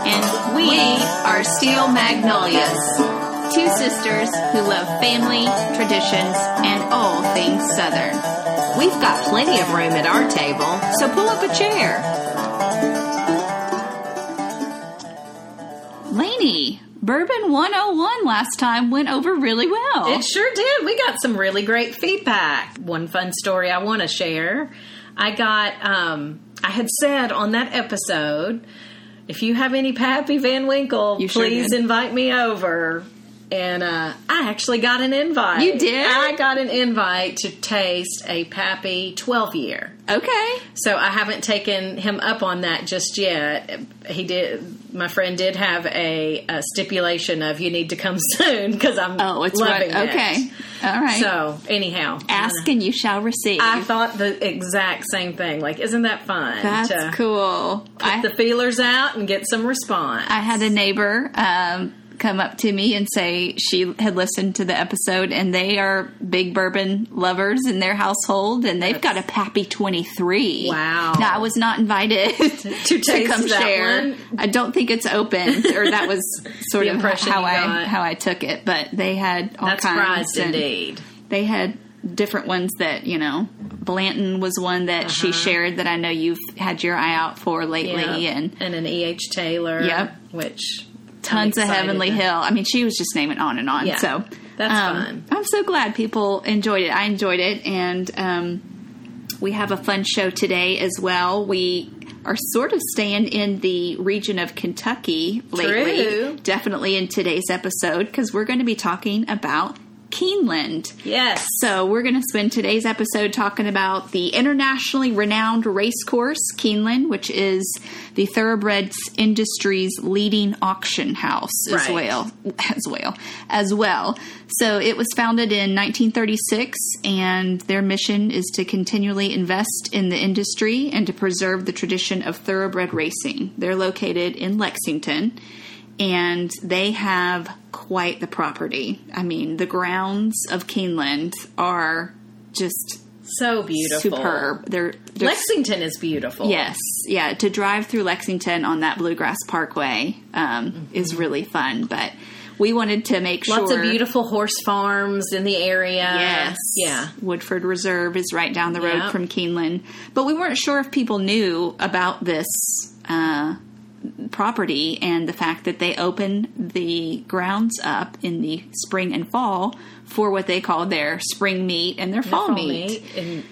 We are Steel Magnolias, two sisters who love family, traditions, and all things Southern. We've got plenty of room at our table, so pull up a chair. Lainey, Bourbon 101 last time went over really well. It sure did. We got some really great feedback. One fun story I want to share. I got, um, I had said on that episode, if you have any Pappy Van Winkle, You sure please did. invite me over. And uh, I actually got an invite. You did? I got an invite to taste a Pappy 12 year. okay. So I haven't taken him up on that just yet. He did. My friend did have a, a stipulation of you need to come soon because I'm Oh, it's loving it." right. Okay. All right. So anyhow, Ask and you shall receive. I thought the exact same thing. Like, isn't that fun? That's to cool. I, Put the feelers out and get some response. I had a neighbor um, come up to me and say she had listened to the episode, and they are big bourbon lovers in their household, and they've got a Pappy 23. Wow. Now, I was not invited to, taste come that share. one? I don't think it's open, or that was sort The of impression how you I, got. how I took it, but they had all That's kinds. prized and indeed. They had different ones that, you know, Blanton was one that she shared that I know you've had your eye out for lately, Uh-huh. Yeah. and and an E. H. Taylor. Yep. Which I'm tons of excited Heavenly to- Hill. I mean, she was just naming on and on. Yeah, so that's um, fun. I'm so glad people enjoyed it. I enjoyed it, and um, we have a fun show today as well. We are sort of staying in the region of Kentucky lately, True. definitely in today's episode because we're going to be talking about Keeneland. Yes. So we're going to spend today's episode talking about the internationally renowned race course Keeneland, which is the thoroughbreds industry's leading auction house as Right. well, as well, as well. So it was founded in 1936, and their mission is to continually invest in the industry and to preserve the tradition of thoroughbred racing. They're located in Lexington and they have quite the property. I mean, the grounds of Keeneland are just So beautiful. superb. They're, they're Lexington is beautiful. yes, yeah. To drive through Lexington on that bluegrass parkway um, is really fun. But we wanted to make Mm-hmm. Lots sure of beautiful horse farms in the area. Yes. Yeah. Woodford Reserve is right down the road Yep. from Keeneland. But we weren't sure if people knew about this uh, property and the fact that they open the grounds up in the spring and fall for what they call their spring meet and their fall, meet. And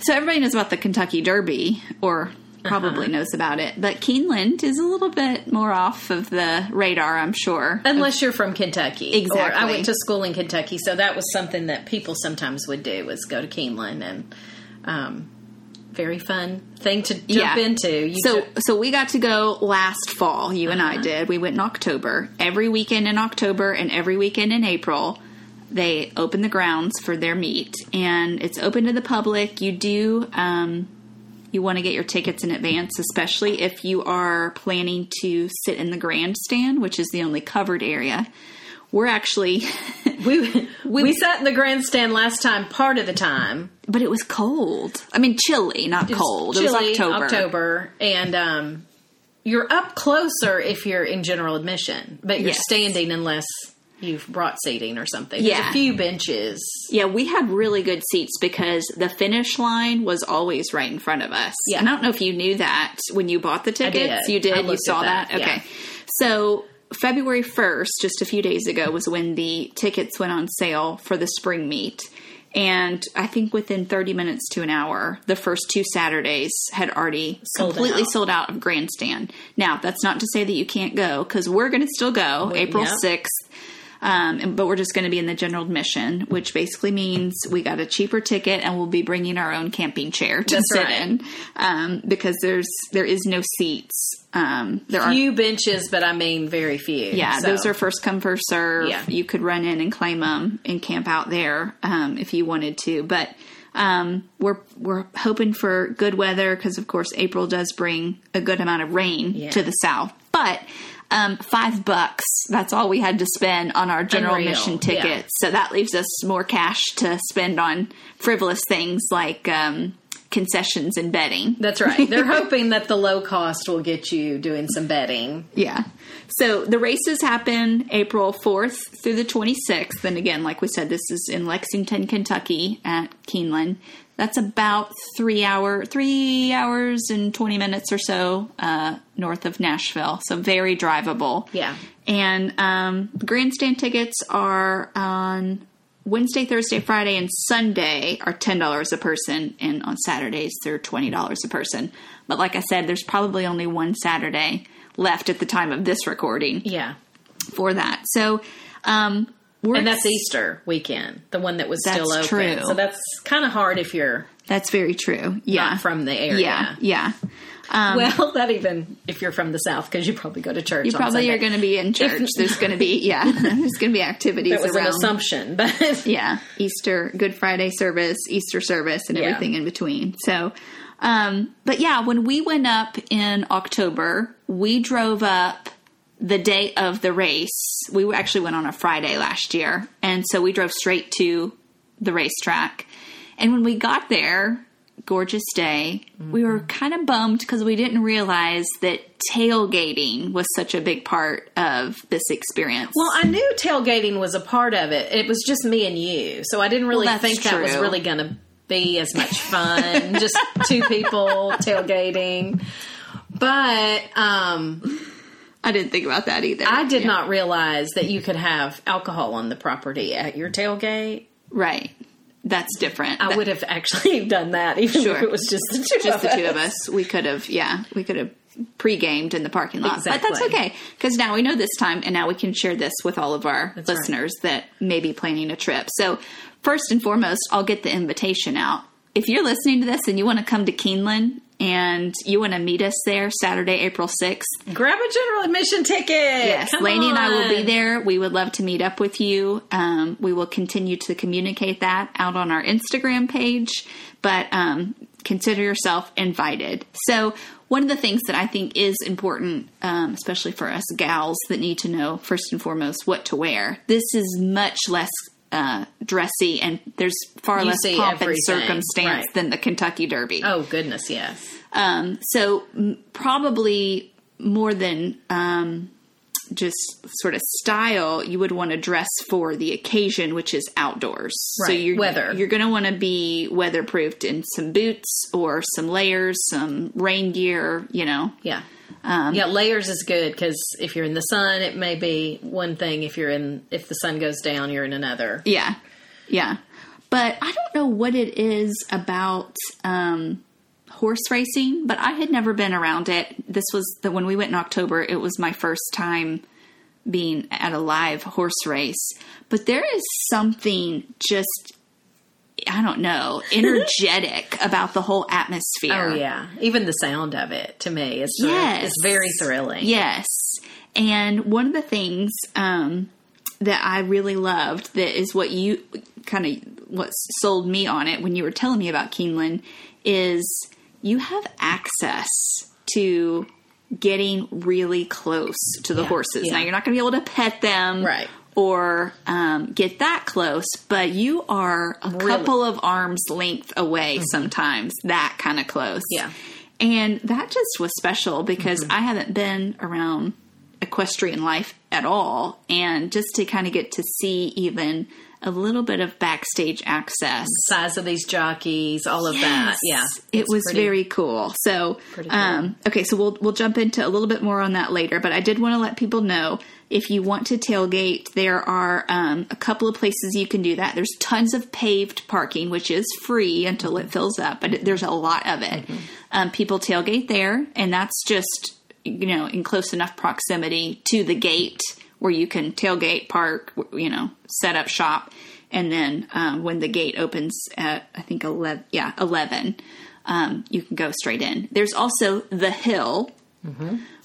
So everybody knows about the Kentucky Derby or probably knows about it. But Keeneland is a little bit more off of the radar, I'm sure. unless you're from Kentucky. Or I Exactly. went to school in Kentucky, so that was something that people sometimes would do was go to Keeneland and um very fun thing to jump into. You so ju- Uh-huh. so we got to go last fall. You and I did. We went in October. Every weekend in October and every weekend in April, they open the grounds for their meet, and it's open to the public. You do. Um, you want to get your tickets in advance, especially if you are planning to sit in the grandstand, which is the only covered area. We're actually, we, we sat in the grandstand last time part of the time. but it was cold. I mean, chilly, not cold. it Chilly, was October. October, and um you're up closer if you're in general admission, but you're Yes. standing unless you've brought seating or something. There's Yeah. a few benches. Yeah, we had really good seats because the finish line was always right in front of us. Yeah. And I don't know if you knew that when you bought the did. tickets. You I did. You looked saw at that, that. yeah. Okay. So February 1st, just a few days ago, was when the tickets went on sale for the spring meet. And I think within 30 minutes to an hour, the first two Saturdays had already Sold completely out. sold out of grandstand. Now, that's not to say that you can't go because we're going to still go April yep. 6th. Um, and- but we're just going to be in the general admission, which basically means we got a cheaper ticket and we'll be bringing our own camping chair to That's sit right. in um, because there's there is no seats. Um, there are few benches, but I mean very few. yeah, So, those are first come first serve. Yeah. You could run in and claim them and camp out there um, if you wanted to, but um, we're we're hoping for good weather because of course April does bring a good amount of rain to the south, but. Um, five bucks. That's all we had to spend on our general Unreal. admission Yeah. tickets. So that leaves us more cash to spend on frivolous things like um, concessions and betting. That's right. They're hoping that the low cost will get you doing some betting. Yeah. So the races happen April 4th through the 26th. And again, like we said, this is in Lexington, Kentucky at Keeneland. That's about three hour, three hours and 20 minutes or so uh, north of Nashville. So very drivable. Yeah. And um, grandstand tickets are on Wednesday, Thursday, Friday, and Sunday are ten dollars a person, and on Saturdays they're twenty dollars a person. But like I said, there's probably only one Saturday left at the time of this recording Yeah. for that. So um, we're And that's Easter weekend, the one that was That's still open. true. So that's kind of hard if you're that's very true. Yeah, not from the area. yeah, yeah. well, not even if you're from the South, because you probably go to church. You on probably Sunday. are going to be in church. there's going to be yeah, there's going to be activities That was an around. assumption, but yeah easter good friday service easter service and Yeah. everything in between so um but yeah when we went up in october we drove up the day of the race we were- actually went on a friday last year and so we drove straight to the racetrack and when we got there gorgeous day we were Mm-hmm. kind of bummed because we didn't realize that tailgating was such a big part of this experience Well, I knew tailgating was a part of it. It was just me and you, so I didn't really Well, that's think that was true. really going to be as much fun. just two people tailgating. But um, i didn't think about that either I did not realize that you could have alcohol on the property at your tailgate. right that's different I That- would have actually done that, even Sure. if it was just the two just of the us. two of us, we could have, yeah, we could have pre-gamed in the parking lot. But that's Exactly. okay because now we know this time, and now we can share this with all of our right. listeners that may be planning a trip. So, first and foremost, I'll get the invitation out. If you're listening to this and you want to come to Keeneland and you want to meet us there Saturday, April sixth, Grab a general admission ticket. Yes, Come Lainey and I will be on. there. We would love to meet up with you. Um, we will continue to communicate that out on our Instagram page, but um, consider yourself invited. So, one of the things that I think is important, um, especially for us gals that need to know first and foremost what to wear, this is much less. Uh, dressy and there's far You less see pomp and everything, circumstance right. than the Kentucky Derby. Oh goodness, yes. Um, so m- probably more than um, just sort of style, you would want to dress for the occasion, which is outdoors. So Right, you're weather. you're going to want to be weatherproofed in some boots or some layers, some rain gear. You know, Yeah. Um, yeah, layers is good because if you're in the sun, it may be one thing. If you're in, if the sun goes down, you're in another. yeah, yeah. But I don't know what it is about. Um, horse racing but i had never been around it this was the when we went in october it was my first time being at a live horse race, but there is something just I don't know, energetic about the whole atmosphere. Oh yeah, even the sound of it to me is Yes. it's very thrilling. Yes. And one of the things um, that I really loved that is what you kind of what sold me on it when you were telling me about Keeneland is you have access to getting really close to the Yeah, horses. yeah. Now you're not going to be able to pet them. Right. Or um, get that close, but you are a couple of arms length away Mm-hmm. sometimes, that kind of close. Yeah. And that just was special because I haven't been around equestrian life at all. And just to kind of get to see even a little bit of backstage access. Size of these jockeys, all of that. Yeah, It It's was pretty- very cool. So, cool. um, okay, so we'll we'll jump into a little bit more on that later. But I did want to let people know if you want to tailgate, there are um, a couple of places you can do that. There's tons of paved parking, which is free until Mm-hmm. it fills up, but it- there's a lot of it. Um, people tailgate there, and that's just you know in close enough proximity to the gate where you can tailgate, park, w- you know, set up shop. And then um, when the gate opens at I think eleven, yeah, eleven, um, you can go straight in. There's also the hill,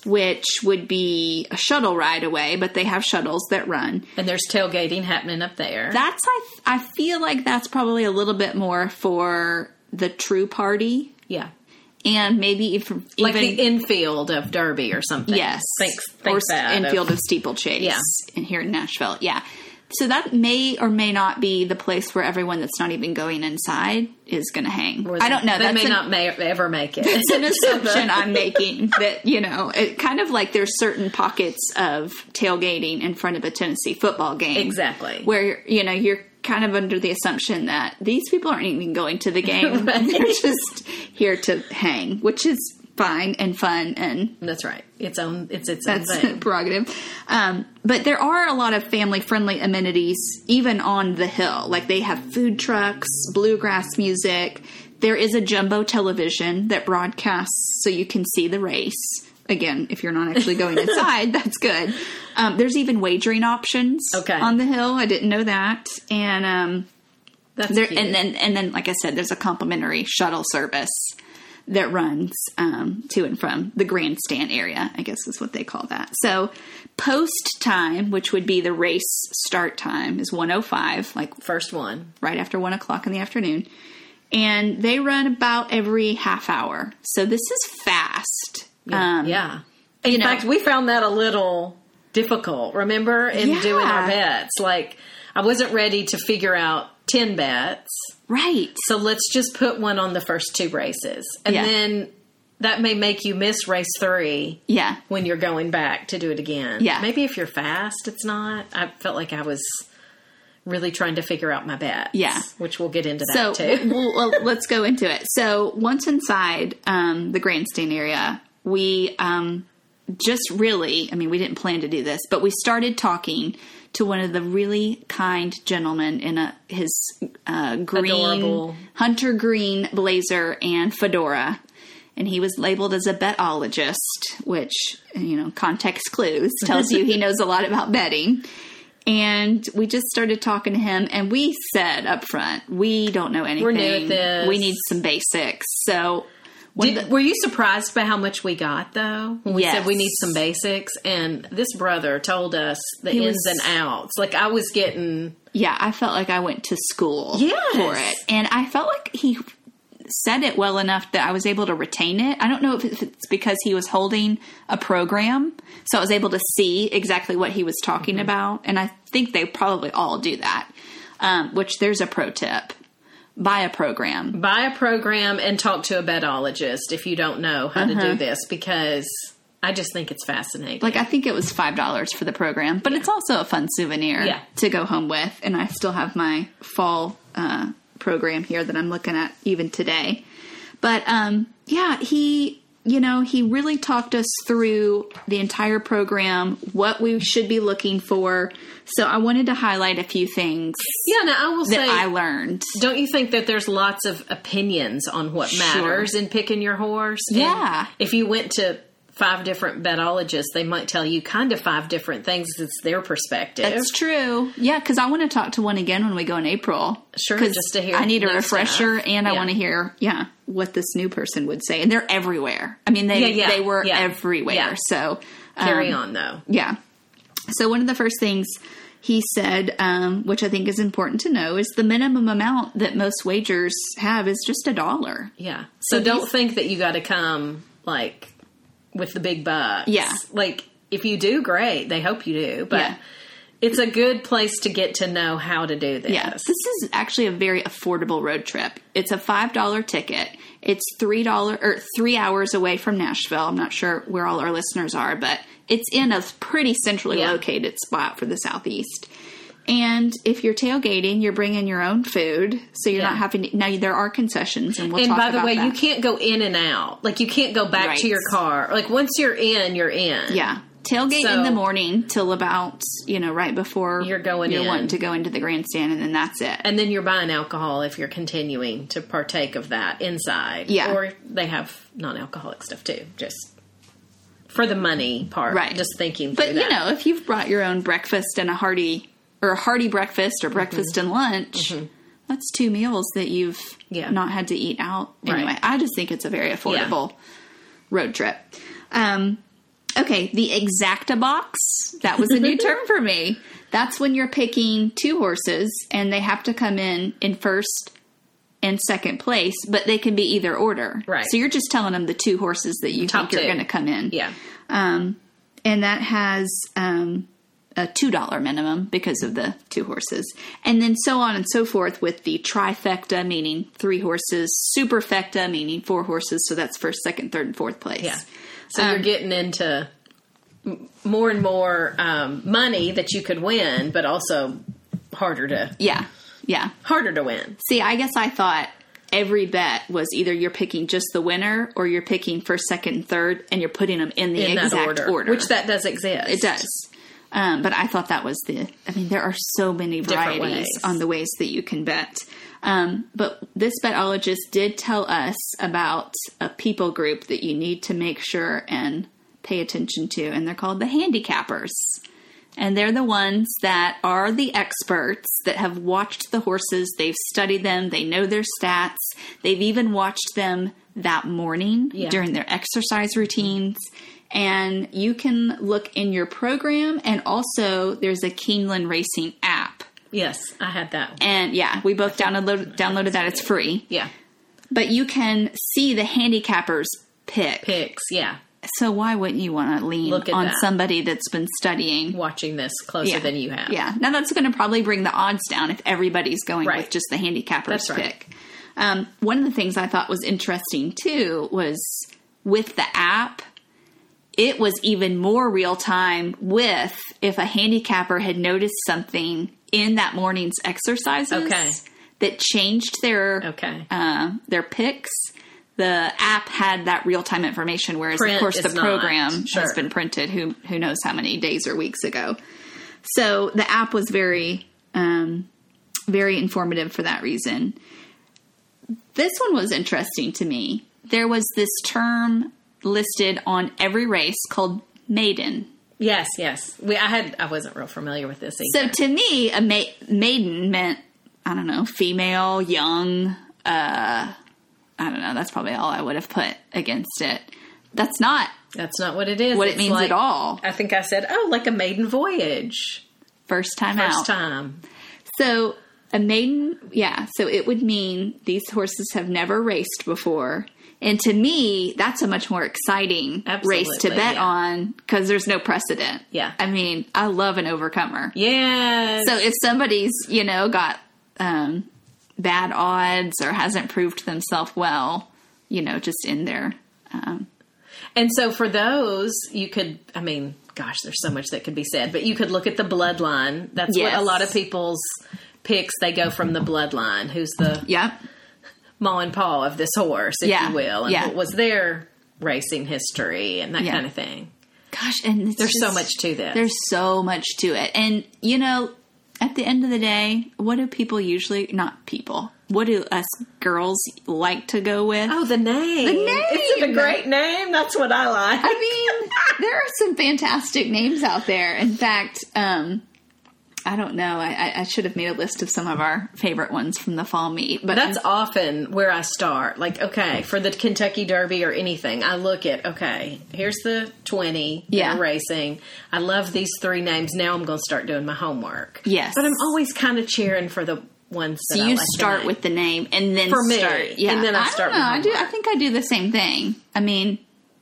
which would be a shuttle ride away, but they have shuttles that run. And there's tailgating happening up there. That's I I feel like that's probably a little bit more for the true party, yeah, and maybe if like even, the infield of Derby or something. yes, think, think or that of- infield of steeplechase Yeah. in here in Nashville. Yeah, So that may or may not be the place where everyone that's not even going inside is going to hang. Or I don't know. They that's may an, not may, ever make it. it's an assumption I'm making that you know, it kind of like there's certain pockets of tailgating in front of a Tennessee football game, Exactly. where you know you're kind of under the assumption that these people aren't even going to the game; Right. they're just here to hang, which is fine and fun and That's right. Its own. It's its own that's thing. prerogative. Um, but there are a lot of family friendly amenities even on the hill. Like they have food trucks, bluegrass music. There is a jumbo television that broadcasts so you can see the race. Again, if you're not actually going inside, that's good. Um, there's even wagering options Okay. on the hill. I didn't know that. And um, That's there, cute. and then and then like I said, there's a complimentary shuttle service that runs um, to and from the grandstand area. I guess is what they call that. So post time, which would be the race start time, is 1:05, like first one. right after one o'clock in the afternoon, and they run about every half hour. So this is fast. Um, yeah. In you know- fact, we found that a little difficult. Remember in Yeah. doing our bets, like I wasn't ready to figure out ten bets. Right. So let's just put one on the first two races, and Yeah. then that may make you miss race three Yeah. when you're going back to do it again. Yeah. Maybe if you're fast, it's not. I felt like I was really trying to figure out my bets. Yeah. Which we'll get into that So too. well, well, let's go into it. So once inside um, the grandstand area, we um, just really, I mean, we didn't plan to do this, but we started talking to one of the really kind gentlemen in a his uh, green Adorable. hunter green blazer and fedora. And he was labeled as a betologist, which, you know, context clues tells you he knows a lot about betting. And we just started talking to him, and we said up front, we don't know anything. new at this. We need some basics. So, one of Did, the- were you surprised by how much we got though? When we Yes. said we need some basics, and this brother told us the He ins was- and outs. Like I was getting yeah, I felt like I went to school Yes. for it, and I felt like he said it well enough that I was able to retain it. I don't know if if it's because he was holding a program, so I was able to see exactly what he was talking Mm-hmm. about, and I think they probably all do that. Um, which there's a pro tip: buy a program. buy a program and talk to a betologist if you don't know how to do this because I just think it's fascinating. Uh-huh. Like I think it was five dollars for the program, but it's also a fun souvenir Yeah. to go home with. And I still have my fall uh, program here that I'm looking at even today. But um, yeah, he you know he really talked us through the entire program, what we should be looking for. So I wanted to highlight a few things yeah, now I will that say I learned. Don't you think that there's lots of opinions on what matters in picking your horse? And Yeah. if you went to five different betologists, they might tell you kind of five different things. It's their perspective. That's true. Yeah, because I want to talk to one again when we go in April. Sure, 'Cause just to hear I need a new refresher, stuff. and I Yeah. want to hear, yeah, what this new person would say. And they're everywhere. I mean, they Yeah, yeah, they were yeah. everywhere. Yeah. So um, Carry on though. yeah. So one of the first things he said, um, which I think is important to know, is the minimum amount that most wagers have is just a dollar. Yeah. So, So don't these- think that you got to come like with the big bucks. Yeah. Like if you do, great. They hope you do, but Yeah. it's a good place to get to know how to do this. Yeah, this is actually a very affordable road trip. It's a five dollar ticket. It's three dollar or three hours away from Nashville. I'm not sure where all our listeners are, but it's in a pretty centrally Yeah. located spot for the southeast. And if you're tailgating, you're bringing your own food, so you're Yeah. not having. To, now there are concessions, and we'll and talk by the about way, that. you can't go in and out. Like you can't go back Right. to your car. Like once you're in, you're in. Yeah. Tailgate So- in the morning till about, you know, right before You're going you're in. wanting to go into the grandstand and then that's it. And then you're buying alcohol if you're continuing to partake of that inside. Yeah. Or they have non alcoholic stuff too, just for the money part. Right. Just thinking But through you that. know, if you've brought your own breakfast and a hearty or a hearty breakfast or breakfast Mm-hmm. and lunch, that's two meals that you've Yeah. not had to eat out. Right. Anyway, I just think it's a very affordable road trip. Um, okay, the exacta box. That was a new term for me. That's when you're picking two horses and they have to come in in first and second place, but they can be either order. Right. So you're just telling them the two horses that you Top think are two. going to come in Yeah. and that has um, a $2 minimum because of the two horses. And then so on and so forth with the trifecta, meaning three horses, superfecta, meaning four horses. So that's first, second, third, and fourth place. Yeah. So um, you're getting into m- more and more um, money that you could win, but also harder to Yeah. Yeah. harder to win. See, I guess I thought every bet was either you're picking just the winner or you're picking first, second, and third, and you're putting them in the in exact that order. order, which that does exist. it does. Um, but I thought that was the. I mean, there are so many Different varieties ways. on the ways that you can bet. Um, but this betologist did tell us about a people group that you need to make sure and pay attention to, and they're called the handicappers. And they're the ones that are the experts that have watched the horses, they've studied them, they know their stats, they've even watched them that morning Yeah. during their exercise routines. And you can look in your program, and also there's a Keeneland Racing app. Yes, I had that. And yeah, we both downloaded downloaded that. It's free, yeah, but you can see the handicappers pick. picks. Yeah, So why wouldn't you want to lean Look at on that. somebody that's been studying watching this closer than you have. Yeah. Now that's going to probably bring the odds down if everybody's going with Right. just the handicappers That's right. pick. Um, one of the things I thought was interesting too was with the app, it was even more real time with if a handicapper had noticed something in that morning's exercises Okay. that changed their Okay. uh, their picks. The app had that real time information, whereas Print of course is the not. program has Sure. been printed. Who who knows how many days or weeks ago? So the app was very, um, very informative for that reason. This one was interesting to me. There was this term listed on every race called maiden. Yes, yes. We, I had. I wasn't real familiar with this. Either. So to me, a ma- maiden meant I don't know, female, young. Uh, I don't know. That's probably all I would have put against it. That's not That's not what it is. what it It's means like- at all. I think I said, "Oh, like a maiden voyage, First time first out. time." So a maiden, yeah. So it would mean these horses have never raced before. And to me, that's a much more exciting race to Absolutely, bet yeah. on because there's no precedent. Yeah. I mean, I love an overcomer. Yes. So if somebody's, you know, got um, bad odds or hasn't proved themselves well, you know, just in their um, And so for those, you could, I mean, gosh, there's so much that could be said, but you could look at the bloodline. That's Yes. what a lot of people's picks, they go from the bloodline. Who's the yep, ma and pa of this horse, if Yeah. you will, and Yeah. what was their racing history and that Yeah. kind of thing. gosh, and it's There's so just- much to this. There's so much to it. And, you know, at the end of the day, what do people usually, not people, what do us girls like to go with? oh, the name. The name! Isn't it a great name? That's what I like. I mean, there are some fantastic names out there. In fact, um, I don't know. I, I- I should have made a list of some of our favorite ones from the fall meet, but That's often where I start. Like, okay, for the Kentucky Derby or anything, I look at, okay, here's the 20 that Yeah. are racing. I love these three names. Now I'm going to start doing my homework. Yes. But I'm always kind of cheering for the ones that So I you like the start name. with the name and then For me. start. Yeah, And then I don't start know. with I do. I homework. think I do the same thing. I mean,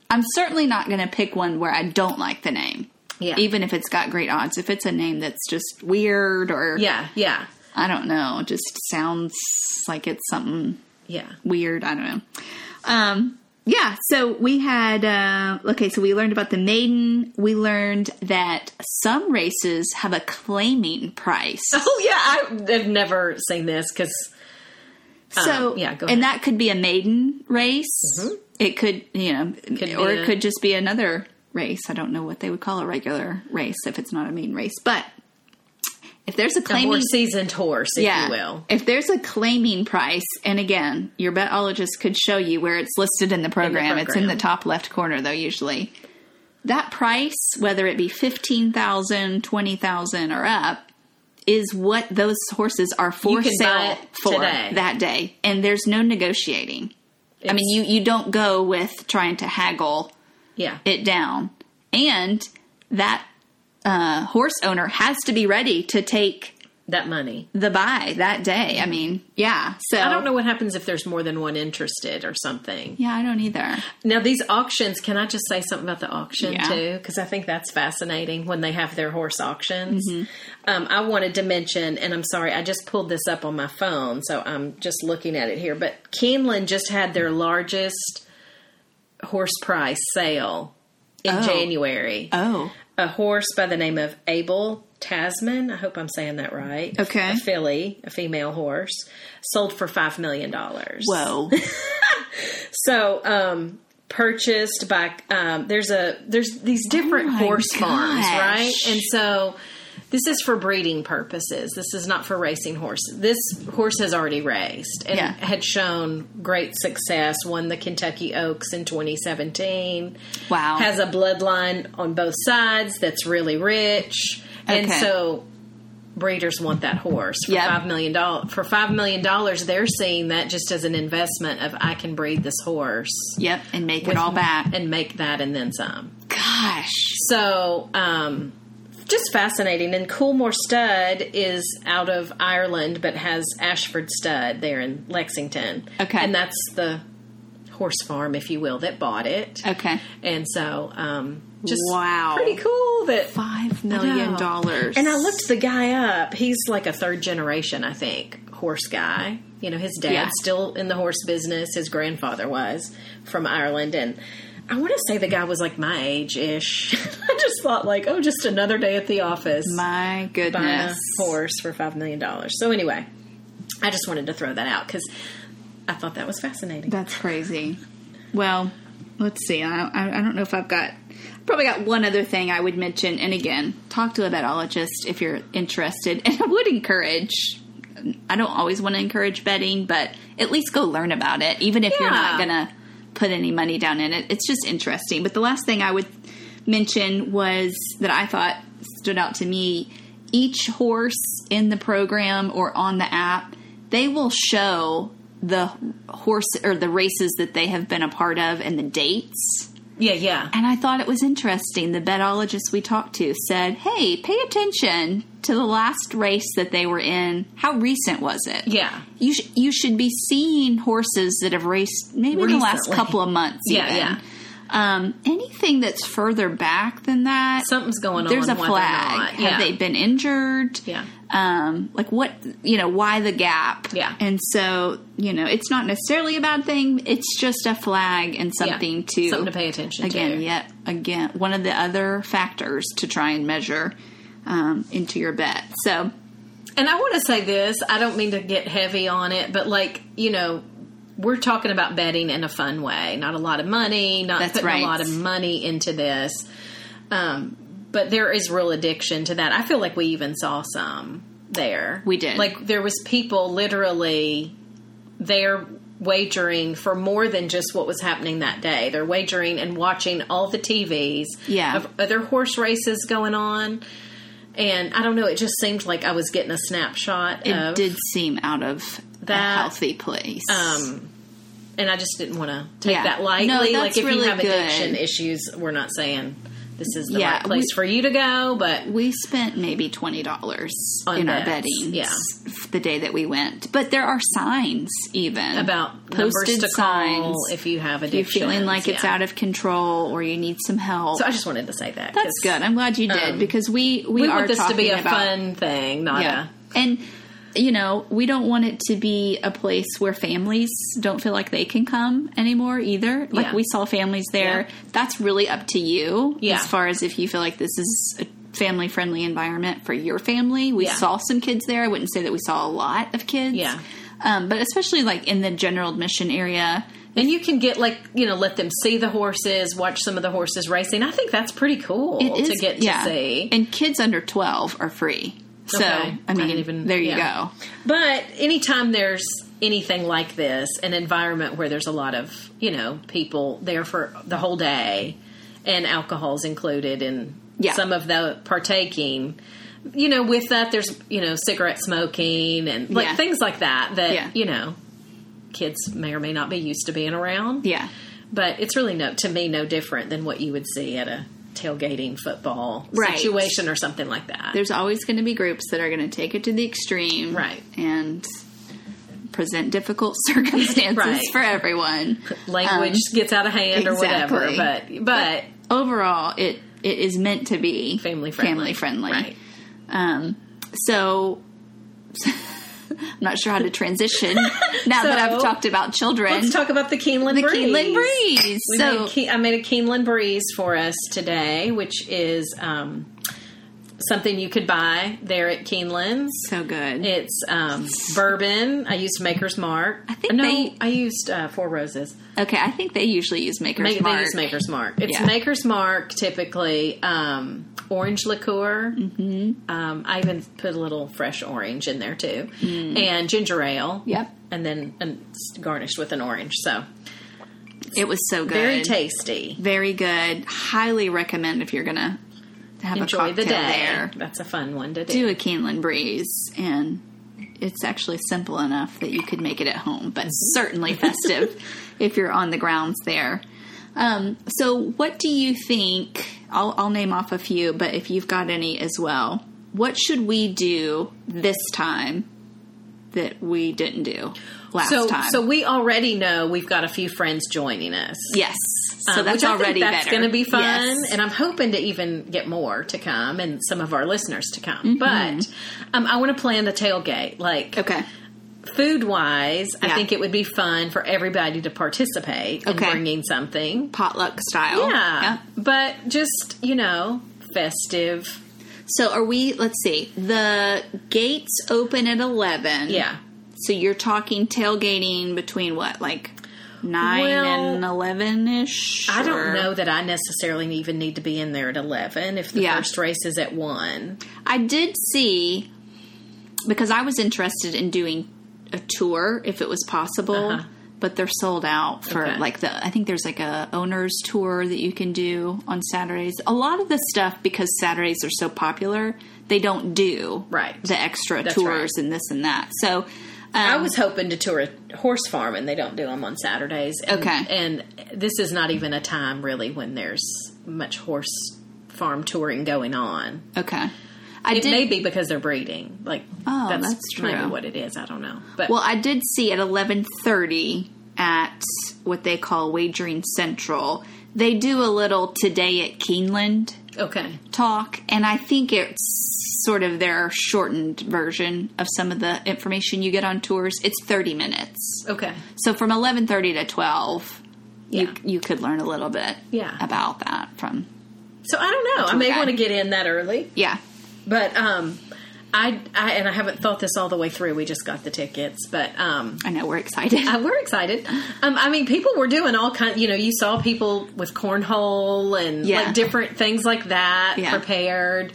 I'm certainly not going to pick one where I don't like the name. Yeah. Even if it's got great odds, if it's a name that's just weird or Yeah, yeah, I don't know, just sounds like it's something yeah. weird. I don't know. Um, yeah, so we had, uh, okay, so we learned about the maiden. We learned that some races have a claiming price. Oh, yeah, I- I've never seen this because, So Um, yeah, go Mm-hmm. and that could be a maiden race. It could, you know, Could or be it a- could just be another race. I don't know what they would call a regular race if it's not a maiden race, but if there's a more claiming, seasoned horse, if yeah, you will. if there's a claiming price, and again, your betologist could show you where it's listed in the program. It's in the program. top left corner, though, usually. That price, whether it be 15,000, 20,000 or up, is what those horses are for You can sale buy it for today. that day. And there's no negotiating. I mean, you, you don't go with trying to haggle Yeah. it down. And that uh, horse owner has to be ready to take that money. the buy that day. I mean, yeah. So I don't know what happens if there's more than one interested or something. Yeah, I don't either. Now, these auctions, can I just say something about the auction Yeah. too? Because I think that's fascinating when they have their horse auctions. Mm-hmm. Um, I wanted to mention, and I'm sorry, I just pulled this up on my phone, so I'm just looking at it here. But Keeneland just had their largest horse price sale in Oh. January. Oh, a horse by the name of Abel Tasman. I hope I'm saying that right. Okay. A filly, a female horse, sold for $5 million. whoa. So, um, purchased by um, there's a there's these different Oh my horse farms gosh. right and so this is for breeding purposes this is not for racing horses this horse has already raced and Yeah. had shown great success won the kentucky oaks in 2017 Wow. has a bloodline on both sides that's really rich, and Okay. so breeders want that horse for Yep. five million dollars. For five million dollars, they're seeing that just as an investment of I can breed this horse yep, and make it all back. and make that and then some. Gosh. So, um, just fascinating. And Coolmore Stud is out of Ireland, but has Ashford Stud there in Lexington. Okay. and that's the horse farm, if you will, that bought it. Okay. And so, um, just Wow. pretty cool that Five million No. dollars. And I looked the guy up. He's like a third generation, I think, horse guy. You know, his dad's Yeah. still in the horse business. His grandfather was from Ireland, and I want to say the guy was like my age ish. I just thought like, oh, just another day at the office My buy goodness. a horse for five million dollars. So anyway, I just wanted to throw that out because I thought that was fascinating. That's crazy. Well, let's see. I, I, I don't know if I've got. Probably got one other thing I would mention, and again, talk to a vetologist if you're interested. And I would encourage. I don't always want to encourage betting, but at least go learn about it, even if you're not Yeah. gonna put any money down in it. It's just interesting. But the last thing I would mention was that I thought stood out to me. Each horse in the program or on the app, they will show the horse or the races that they have been a part of and the dates. yeah, yeah. And I thought it was interesting. The betologist we talked to said, "Hey, pay attention to the last race that they were in. How recent was it? Yeah. you sh- you should be seeing horses that have raced maybe in the last Recently. couple of months. Yeah, even. yeah. Um, anything that's further back than that, Something's going there's on. a why they're flag. not. Yeah. Have they been injured? Yeah. Um, like what you know, why the gap? Yeah. And so, you know, it's not necessarily a bad thing, it's just a flag and Yeah. something to something to pay attention to. again, yet again one of the other factors to try and measure um, into your bet. So And I want to say this. I don't mean to get heavy on it, but like you know, we're talking about betting in a fun way. Not a lot of money. Not That's putting right. a lot of money into this. Um, but there is real addiction to that. I feel like we even saw some there. We did. Like there was people literally there wagering for more than just what was happening that day. They're wagering and watching all the TVs Yeah. of other horse races going on. And I don't know, it just seemed like I was getting a snapshot it of did seem out of a That, healthy place. um and I just didn't want to take Yeah. that lightly. No, like that's if really you have good. addiction issues, we're not saying this is the Yeah, right place we- for you to go, but we spent maybe twenty dollars On in our bets, betting yeah. s- the day that we went. But there are signs even about numbers posted to signs call if you have you're addiction. feeling like it's out of control or you need some help. So I just wanted to say that. That's 'cause good. I'm glad you did um, because we we, We are want this to be talking a about- fun thing, not Yeah. a And you know, we don't want it to be a place where families don't feel like they can come anymore either. Like Yeah. we saw families there. Yeah. That's really up to you Yeah. as far as if you feel like this is a family friendly environment for your family. We Yeah. saw some kids there. I wouldn't say that we saw a lot of kids. Yeah. Um, but especially like in the general admission area. And you can get like you know, let them see the horses, watch some of the horses racing. I think that's pretty cool It is- to get to yeah. see. And kids under 12 are free. So, Okay. I I mean, didn't even- there you yeah. go. But anytime there's anything like this, an environment where there's a lot of you know people there for the whole day, and alcohol's included, and Yeah. some of the partaking. You know, with that, there's you know cigarette smoking and like Yeah. things like that that Yeah. you know kids may or may not be used to being around. Yeah. but it's really no to me no different than what you would see at a tailgating football Right. situation or something like that. There's always going to be groups that are going to take it to the extreme, Right. and present difficult circumstances Right. for everyone. Language gets out of hand or Um, exactly. whatever, but but Overall, it it is meant to be family friendly. Family friendly. Right. Um, so. I'm not sure how to transition now that I've So, talked about children. Let's talk about the Keeneland the Breeze. Keeneland Breeze. We so made Ke- I made a Keeneland Breeze for us today, which is um, something you could buy there at Keeneland's. so good. It's um, bourbon. I used Maker's Mark. I think no, they- I used uh, Four Roses. okay, I think they usually use Maker's Ma- Mark. They use Maker's Mark. It's Yeah. Maker's Mark typically um, orange liqueur. Mm-hmm. Um, I even put a little fresh orange in there too, and ginger ale. Mm. Yep. and then and it's garnished with an orange. So It was so good. very tasty. Very good. Highly recommend if you're gonna have a Enjoy cocktail the day. there. That's a fun one to do. Do a Keeneland Breeze, and it's actually simple enough that you could make it at Mm-hmm. home, but certainly festive if you're on the grounds there. Um, so, what do you think? I'll, I'll name off a few, but if you've got any as well, what should we do this time that we didn't do last so, time? so we already know we've got a few friends joining us. yes, so Um, that's which I already think that's better. going to be fun, Yes. and I'm hoping to even get more to come and some of our listeners to come. But um, I want to plan the tailgate. Like Mm-hmm. okay, food wise, I Yeah. think it would be fun for everybody to participate in Okay. Oh, bringing something. potluck style. Yeah, Yep. but just you know, festive. So are we? Let's see. The gates open at eleven. Yeah. So you're talking tailgating between what, like nine Well, and eleven ish? I don't know that I necessarily even need to be in there at 11 if the Yeah. first race is at 1. I did see because I was interested in doing a tour if it was possible. But they're sold out for Uh-huh. Okay. like the. I think there's like a owners tour that you can do on Saturdays. A lot of the stuff because Saturdays are so popular, they don't do Right. the extra That's tours and this and that. So um, I was hoping to tour a horse farm, and they don't do them on Saturdays. And, Okay. and this is not even a time really when there's much horse farm touring going on. Okay. I It did. may be because they're breeding. Like Oh, that's, that's maybe true. what it is. I don't know. But well, I did see at eleven thirty at what they call Wagering Central. They do a little today at Keeneland okay, talk, and I think it's sort of their shortened version of some of the information you get on tours. It's thirty minutes, okay, so from eleven thirty to twelve, yeah. you you could learn a little bit Yeah. about that from So I don't know. I tour may guide. want to get in that early, yeah but um, I, I and I haven't thought this all the way through. We just got the tickets, but um, I know we're excited. Uh, we're excited. Um, I mean, people were doing all kind. You know, you saw people with cornhole and Yeah. like different things like that Yeah. prepared.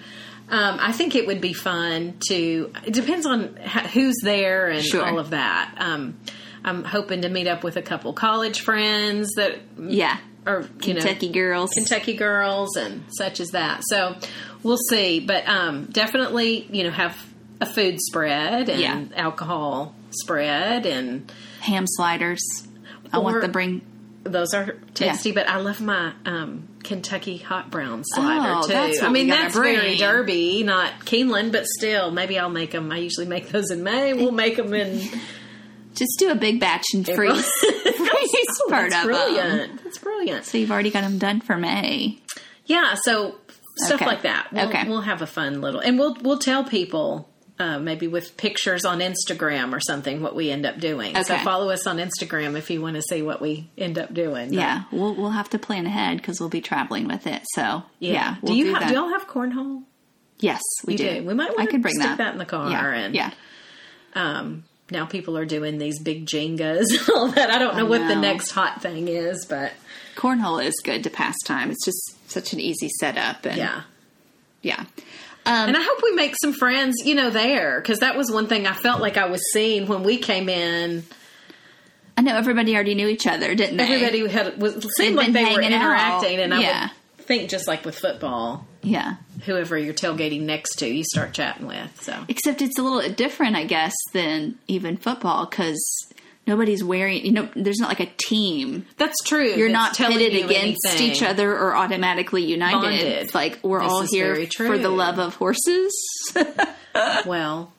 Um, I think it would be fun to. It depends on ha- who's there and Sure. all of that. Um, I'm hoping to meet up with a couple college friends that yeah, are you know Kentucky girls. Kentucky girls and such as that. So we'll see, but um, definitely you know have a food spread and Yeah. alcohol spread and ham sliders. I Or- want to bring those are tasty, but I love my um, Kentucky hot brown slider Oh, too. that's what I mean, we gotta that's bring. very Derby, not Keeneland, but still, maybe I'll make them. I usually make those in May. We'll make them in. Just do a big batch and freeze, freeze that's part of them. brilliant. That's brilliant. So you've already got them done for May. Yeah, so stuff Okay. like that. We'll, Okay. we'll have a fun little, and we'll we'll tell people. Uh, maybe with pictures on Instagram or something, what we end up doing. So Okay. follow us on Instagram if you want to see what we end up doing. Yeah, we'll we'll have to plan ahead because we'll be traveling with it. So yeah, do we'll you have? that. Do y'all have cornhole? yes, we You do. do. We might I wanna could bring stick that. that in the car Yeah, and- yeah. um, now people are doing these big jengas and all that. I don't know what the know. next hot thing is, but Cornhole is good to pass time. It's just such an easy setup. And yeah. yeah. Um, And I hope we make some friends, you know, there because that was one thing I felt like I was seeing when we came in. I know everybody already knew each other, didn't they? Everybody had was seemed They'd like been they were hanging out. interacting, and I Yeah. would think just like with football, Yeah. whoever you're tailgating next to, you start chatting with. So Except it's a little different, I guess, than even football because nobody's wearing. You know, there's not like a team. That's true. You're That's not telling pitted you against anything. each other or automatically united. Bonded. It's Like we're This all is here very for the true. love of horses. Well,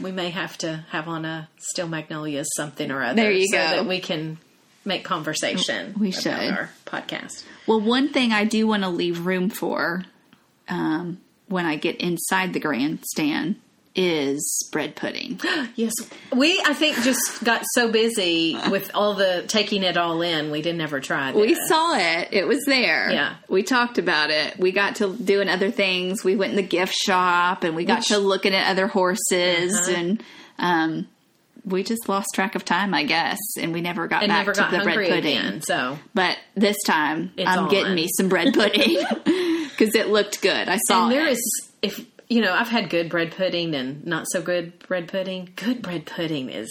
we may have to have on a Steel Magnolias something or other. There you so go. That we can make conversation. We about should. our podcast. well, one thing I do want to leave room for um, when I get inside the grandstand is bread pudding. Yes, we I think just got so busy with all the taking it all in, we didn't ever try. This. We saw it. It was there. Yeah. We talked about it. We got to doing other things. We went in the gift shop and we got to looking at other horses Uh-huh. and um we just lost track of time, I guess, and we never got and back never to got the bread hungry pudding. again. So But this time It's I'm getting on. me some bread pudding cuz it looked good. I saw and there it. is if you know I've had good bread pudding and not so good bread pudding. Good bread pudding is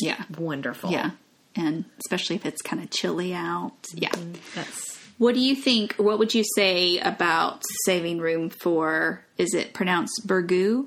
yeah. wonderful. Yeah. And especially if it's kind of chilly out. Yeah. that's Mm-hmm. What do you think? What would you say about saving room for? Is it pronounced burgoo?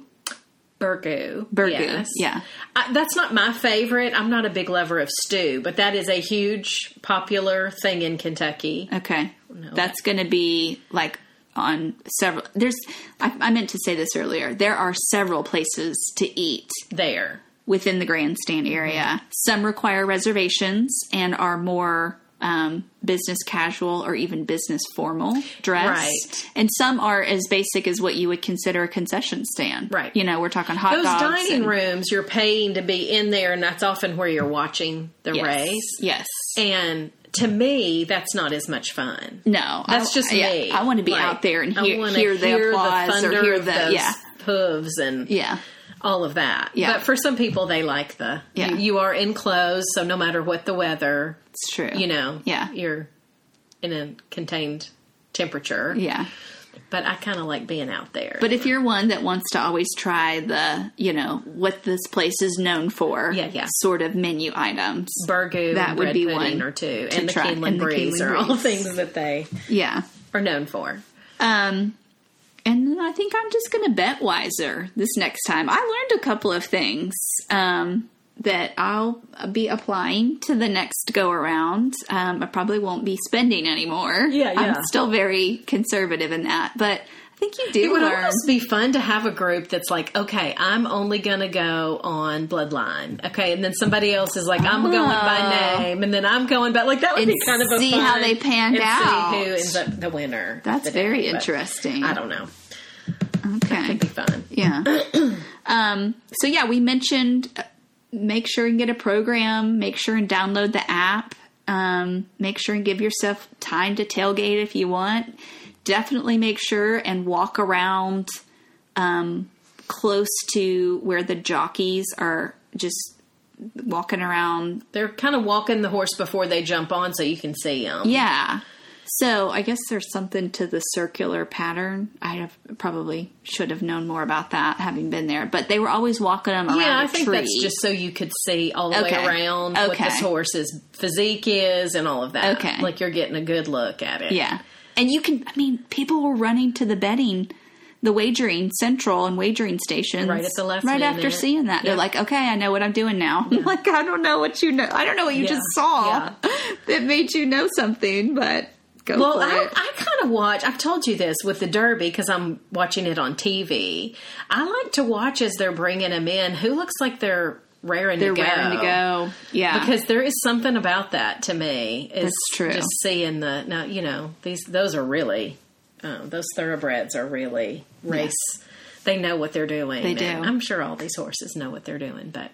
burgoo. Burgoo, yeah. I, that's not my favorite. I'm not a big lover of stew, but that is a huge popular thing in Kentucky. Okay, that's going to be like on several. There's. I, I meant to say this earlier. There are several places to eat There, within the grandstand area. Some require reservations and are more um, business casual or even business formal dress. Right. And some are as basic as what you would consider a concession stand. Right. You know, we're talking hot those dogs. dining and- rooms you're paying to be in there, and that's often where you're watching the Yes. race. Yes. And to me, that's not as much fun. No, That's I- just Oh, yeah, me. I want to be Like, out there and I hear, wanna hear the hear applause thunder or hear of the those yeah, hooves and yeah, all of that. Yeah. But for some people, they like the Yeah. you, you are enclosed, so no matter what the weather, it's true. you know, yeah, you're in a contained temperature. yeah. But I kind of like being out there. But if you're one that wants to always try the, you know, what this place is known for, Yeah, yeah. sort of menu items, Burgoo, that and would bread be pudding one or two, to and the try, Keeneland and the breeze Keeneland are all breeze. things that they yeah. are known for. Um, and then I think I'm just going to bet wiser this next time. I learned a couple of things um, that I'll be applying to the next go around. Um, I probably won't be spending anymore. Yeah, yeah. I'm still very conservative in that, but I think you do It would learn. almost be fun to have a group that's like, okay, I'm only going to go on Bloodline. Okay. And then somebody else is like, I'm going by name. And then I'm going by, like, that would be Ah. And kind of a see fun. how they panned and out. see who ends up the winner. of That's the day, very but interesting. I don't know. Okay. It'd be fun. Yeah. um, so yeah, we mentioned uh, make sure and get a program, make sure and download the app, um, make sure and give yourself time to tailgate if you want. Definitely make sure and walk around um, close to where the jockeys are just walking around. They're kind of walking the horse before they jump on so you can see them. Yeah. So I guess there's something to the circular pattern. I have probably should have known more about that having been there, but they were always walking them around. Yeah, a I think tree. that's just so you could see all the Okay. way around what Okay. this horse's physique is and all of that. Okay. Like you're getting a good look at it. Yeah. And you can, I mean, people were running to the betting, the wagering central and wagering stations Right at the last right after minute. seeing that. They're Yeah. like, okay, I know what I'm doing now. like, I don't know what you know. I don't know what you Yeah. just saw that made you know something, but go Well, for I, it. I kind of watch. I've told you this with the Derby because I'm watching it on TV. I like to watch as they're bringing them in. Who looks like they're raring They're to go? raring to go. Yeah. Because there is something about that to me. It's That's true. Just seeing the now, you know, these those are really um, those thoroughbreds are really race. They know what they're doing. They do. and I'm sure all these horses know what they're doing, but.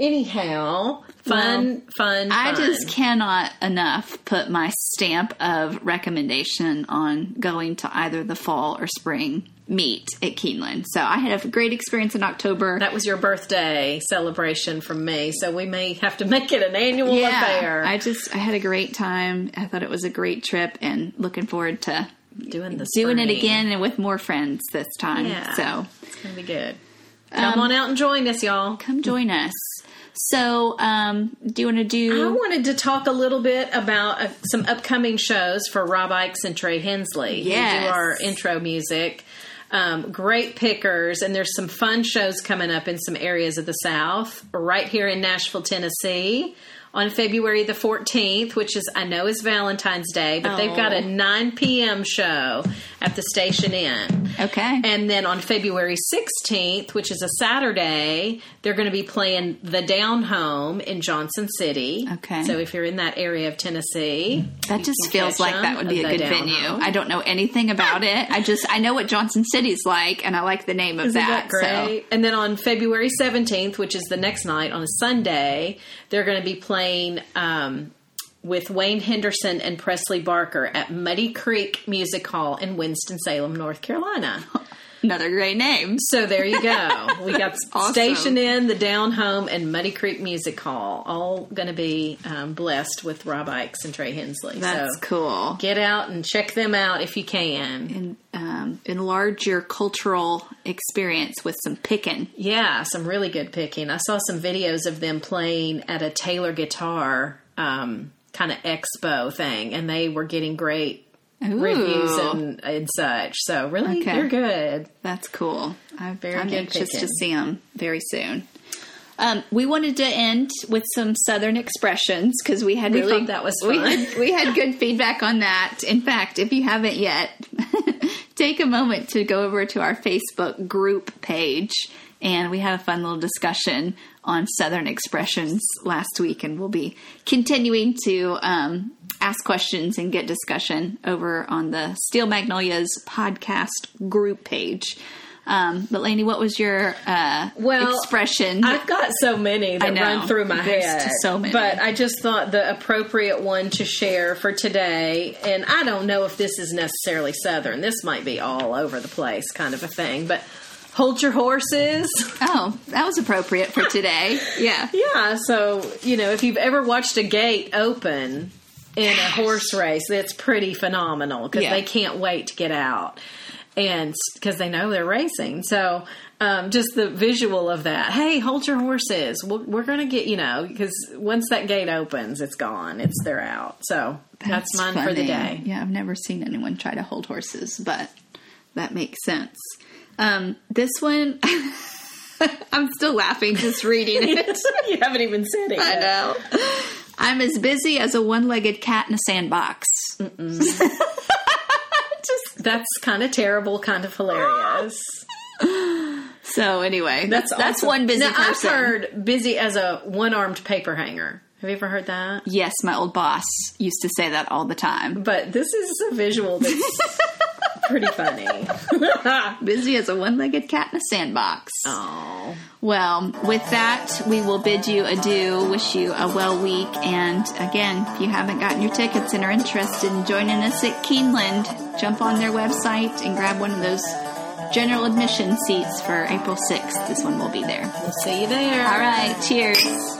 Anyhow, fun, fun, I fun. just cannot enough put my stamp of recommendation on going to either the fall or spring meet at Keeneland. So I had a great experience in October. That was your birthday celebration from me, so we may have to make it an annual affair. I just I had a great time. I thought it was a great trip and looking forward to doing this, doing it again and with more friends this time. Yeah. So It's gonna be good. Come Um, on out and join us, y'all. come join us. So um do you want to I do wanted to talk a little bit about uh, some upcoming shows for Rob Ikes and Trey Hensley. who Yes. do our intro music. Um, great pickers, and there's some fun shows coming up in some areas of the South, right here in Nashville, Tennessee, on February the 14th, which is I know is Valentine's Day, but they've got a Oh. 9 p.m. show at the Station Inn. Okay. And then on February 16th, which is a Saturday, they're going to be playing The Down Home in Johnson City. Okay. So if you're in that area of Tennessee, that just can catch feels like that them would be at a the good down venue. home. I don't know anything about it. I just I know what Johnson City's like, and I like the name of Isn't that So great? And then on February 17th, which is the next night on a Sunday, they're going to be playing um, with Wayne Henderson and Presley Barker at Muddy Creek Music Hall in Winston-Salem, North Carolina. another great name. So there you go. We got awesome. Station Inn, the Down Home, and Muddy Creek Music Hall, all going to be um, blessed with Rob Ikes and Trey Hensley. That's so cool. get out and check them out if you can. And um, enlarge your cultural experience with some picking. Yeah, some really good picking. I saw some videos of them playing at a Taylor guitar um, kind of expo thing, and they were getting great Ooh, reviews and, and such. So really, Okay. they're good. that's cool. I, Very I'm good anxious to picking. see them very soon. Um, we wanted to end with some Southern expressions because we had We really thought that was we fun. had, we had good feedback on that. In fact, if you haven't yet, take a moment to go over to our Facebook group page, and we had a fun little discussion on Southern expressions last week, and we'll be continuing to um, ask questions and get discussion over on the Steel Magnolias podcast group page. Um, but Lainey, what was your uh, Well, expression? I've got so many that I know. run through my There's head. so many. But I just thought the appropriate one to share for today, and I don't know if this is necessarily Southern. This might be all over the place kind of a thing, but hold your horses. oh, that was appropriate for today. Yeah. Yeah, so, you know, if you've ever watched a gate open in a horse race, it's pretty phenomenal because Yeah. they can't wait to get out and because they know they're racing. So, um, just the visual of that. Hey, hold your horses. We're, we're going to get, you know, because once that gate opens, it's gone. It's they're out. So, that's, mine for the funny. day. Yeah, I've never seen anyone try to hold horses, but that makes sense. Um, this one, I'm still laughing just reading it. you haven't even said it. I yet. know. I'm as busy as a one-legged cat in a sandbox. That's kind of terrible, kind of hilarious. So anyway, that's that's, awesome. one busy now, person. I've heard busy as a one armed paper hanger. Have you ever heard that? yes, my old boss used to say that all the time. But this is a visual that's pretty funny. Busy as a one-legged cat in a sandbox. Oh, Well, with that, we will bid you adieu, wish you a well week, and again, if you haven't gotten your tickets and are interested in joining us at Keeneland, jump on their website and grab one of those general admission seats for April 6th. This one will be there. we'll see you there. All right, cheers.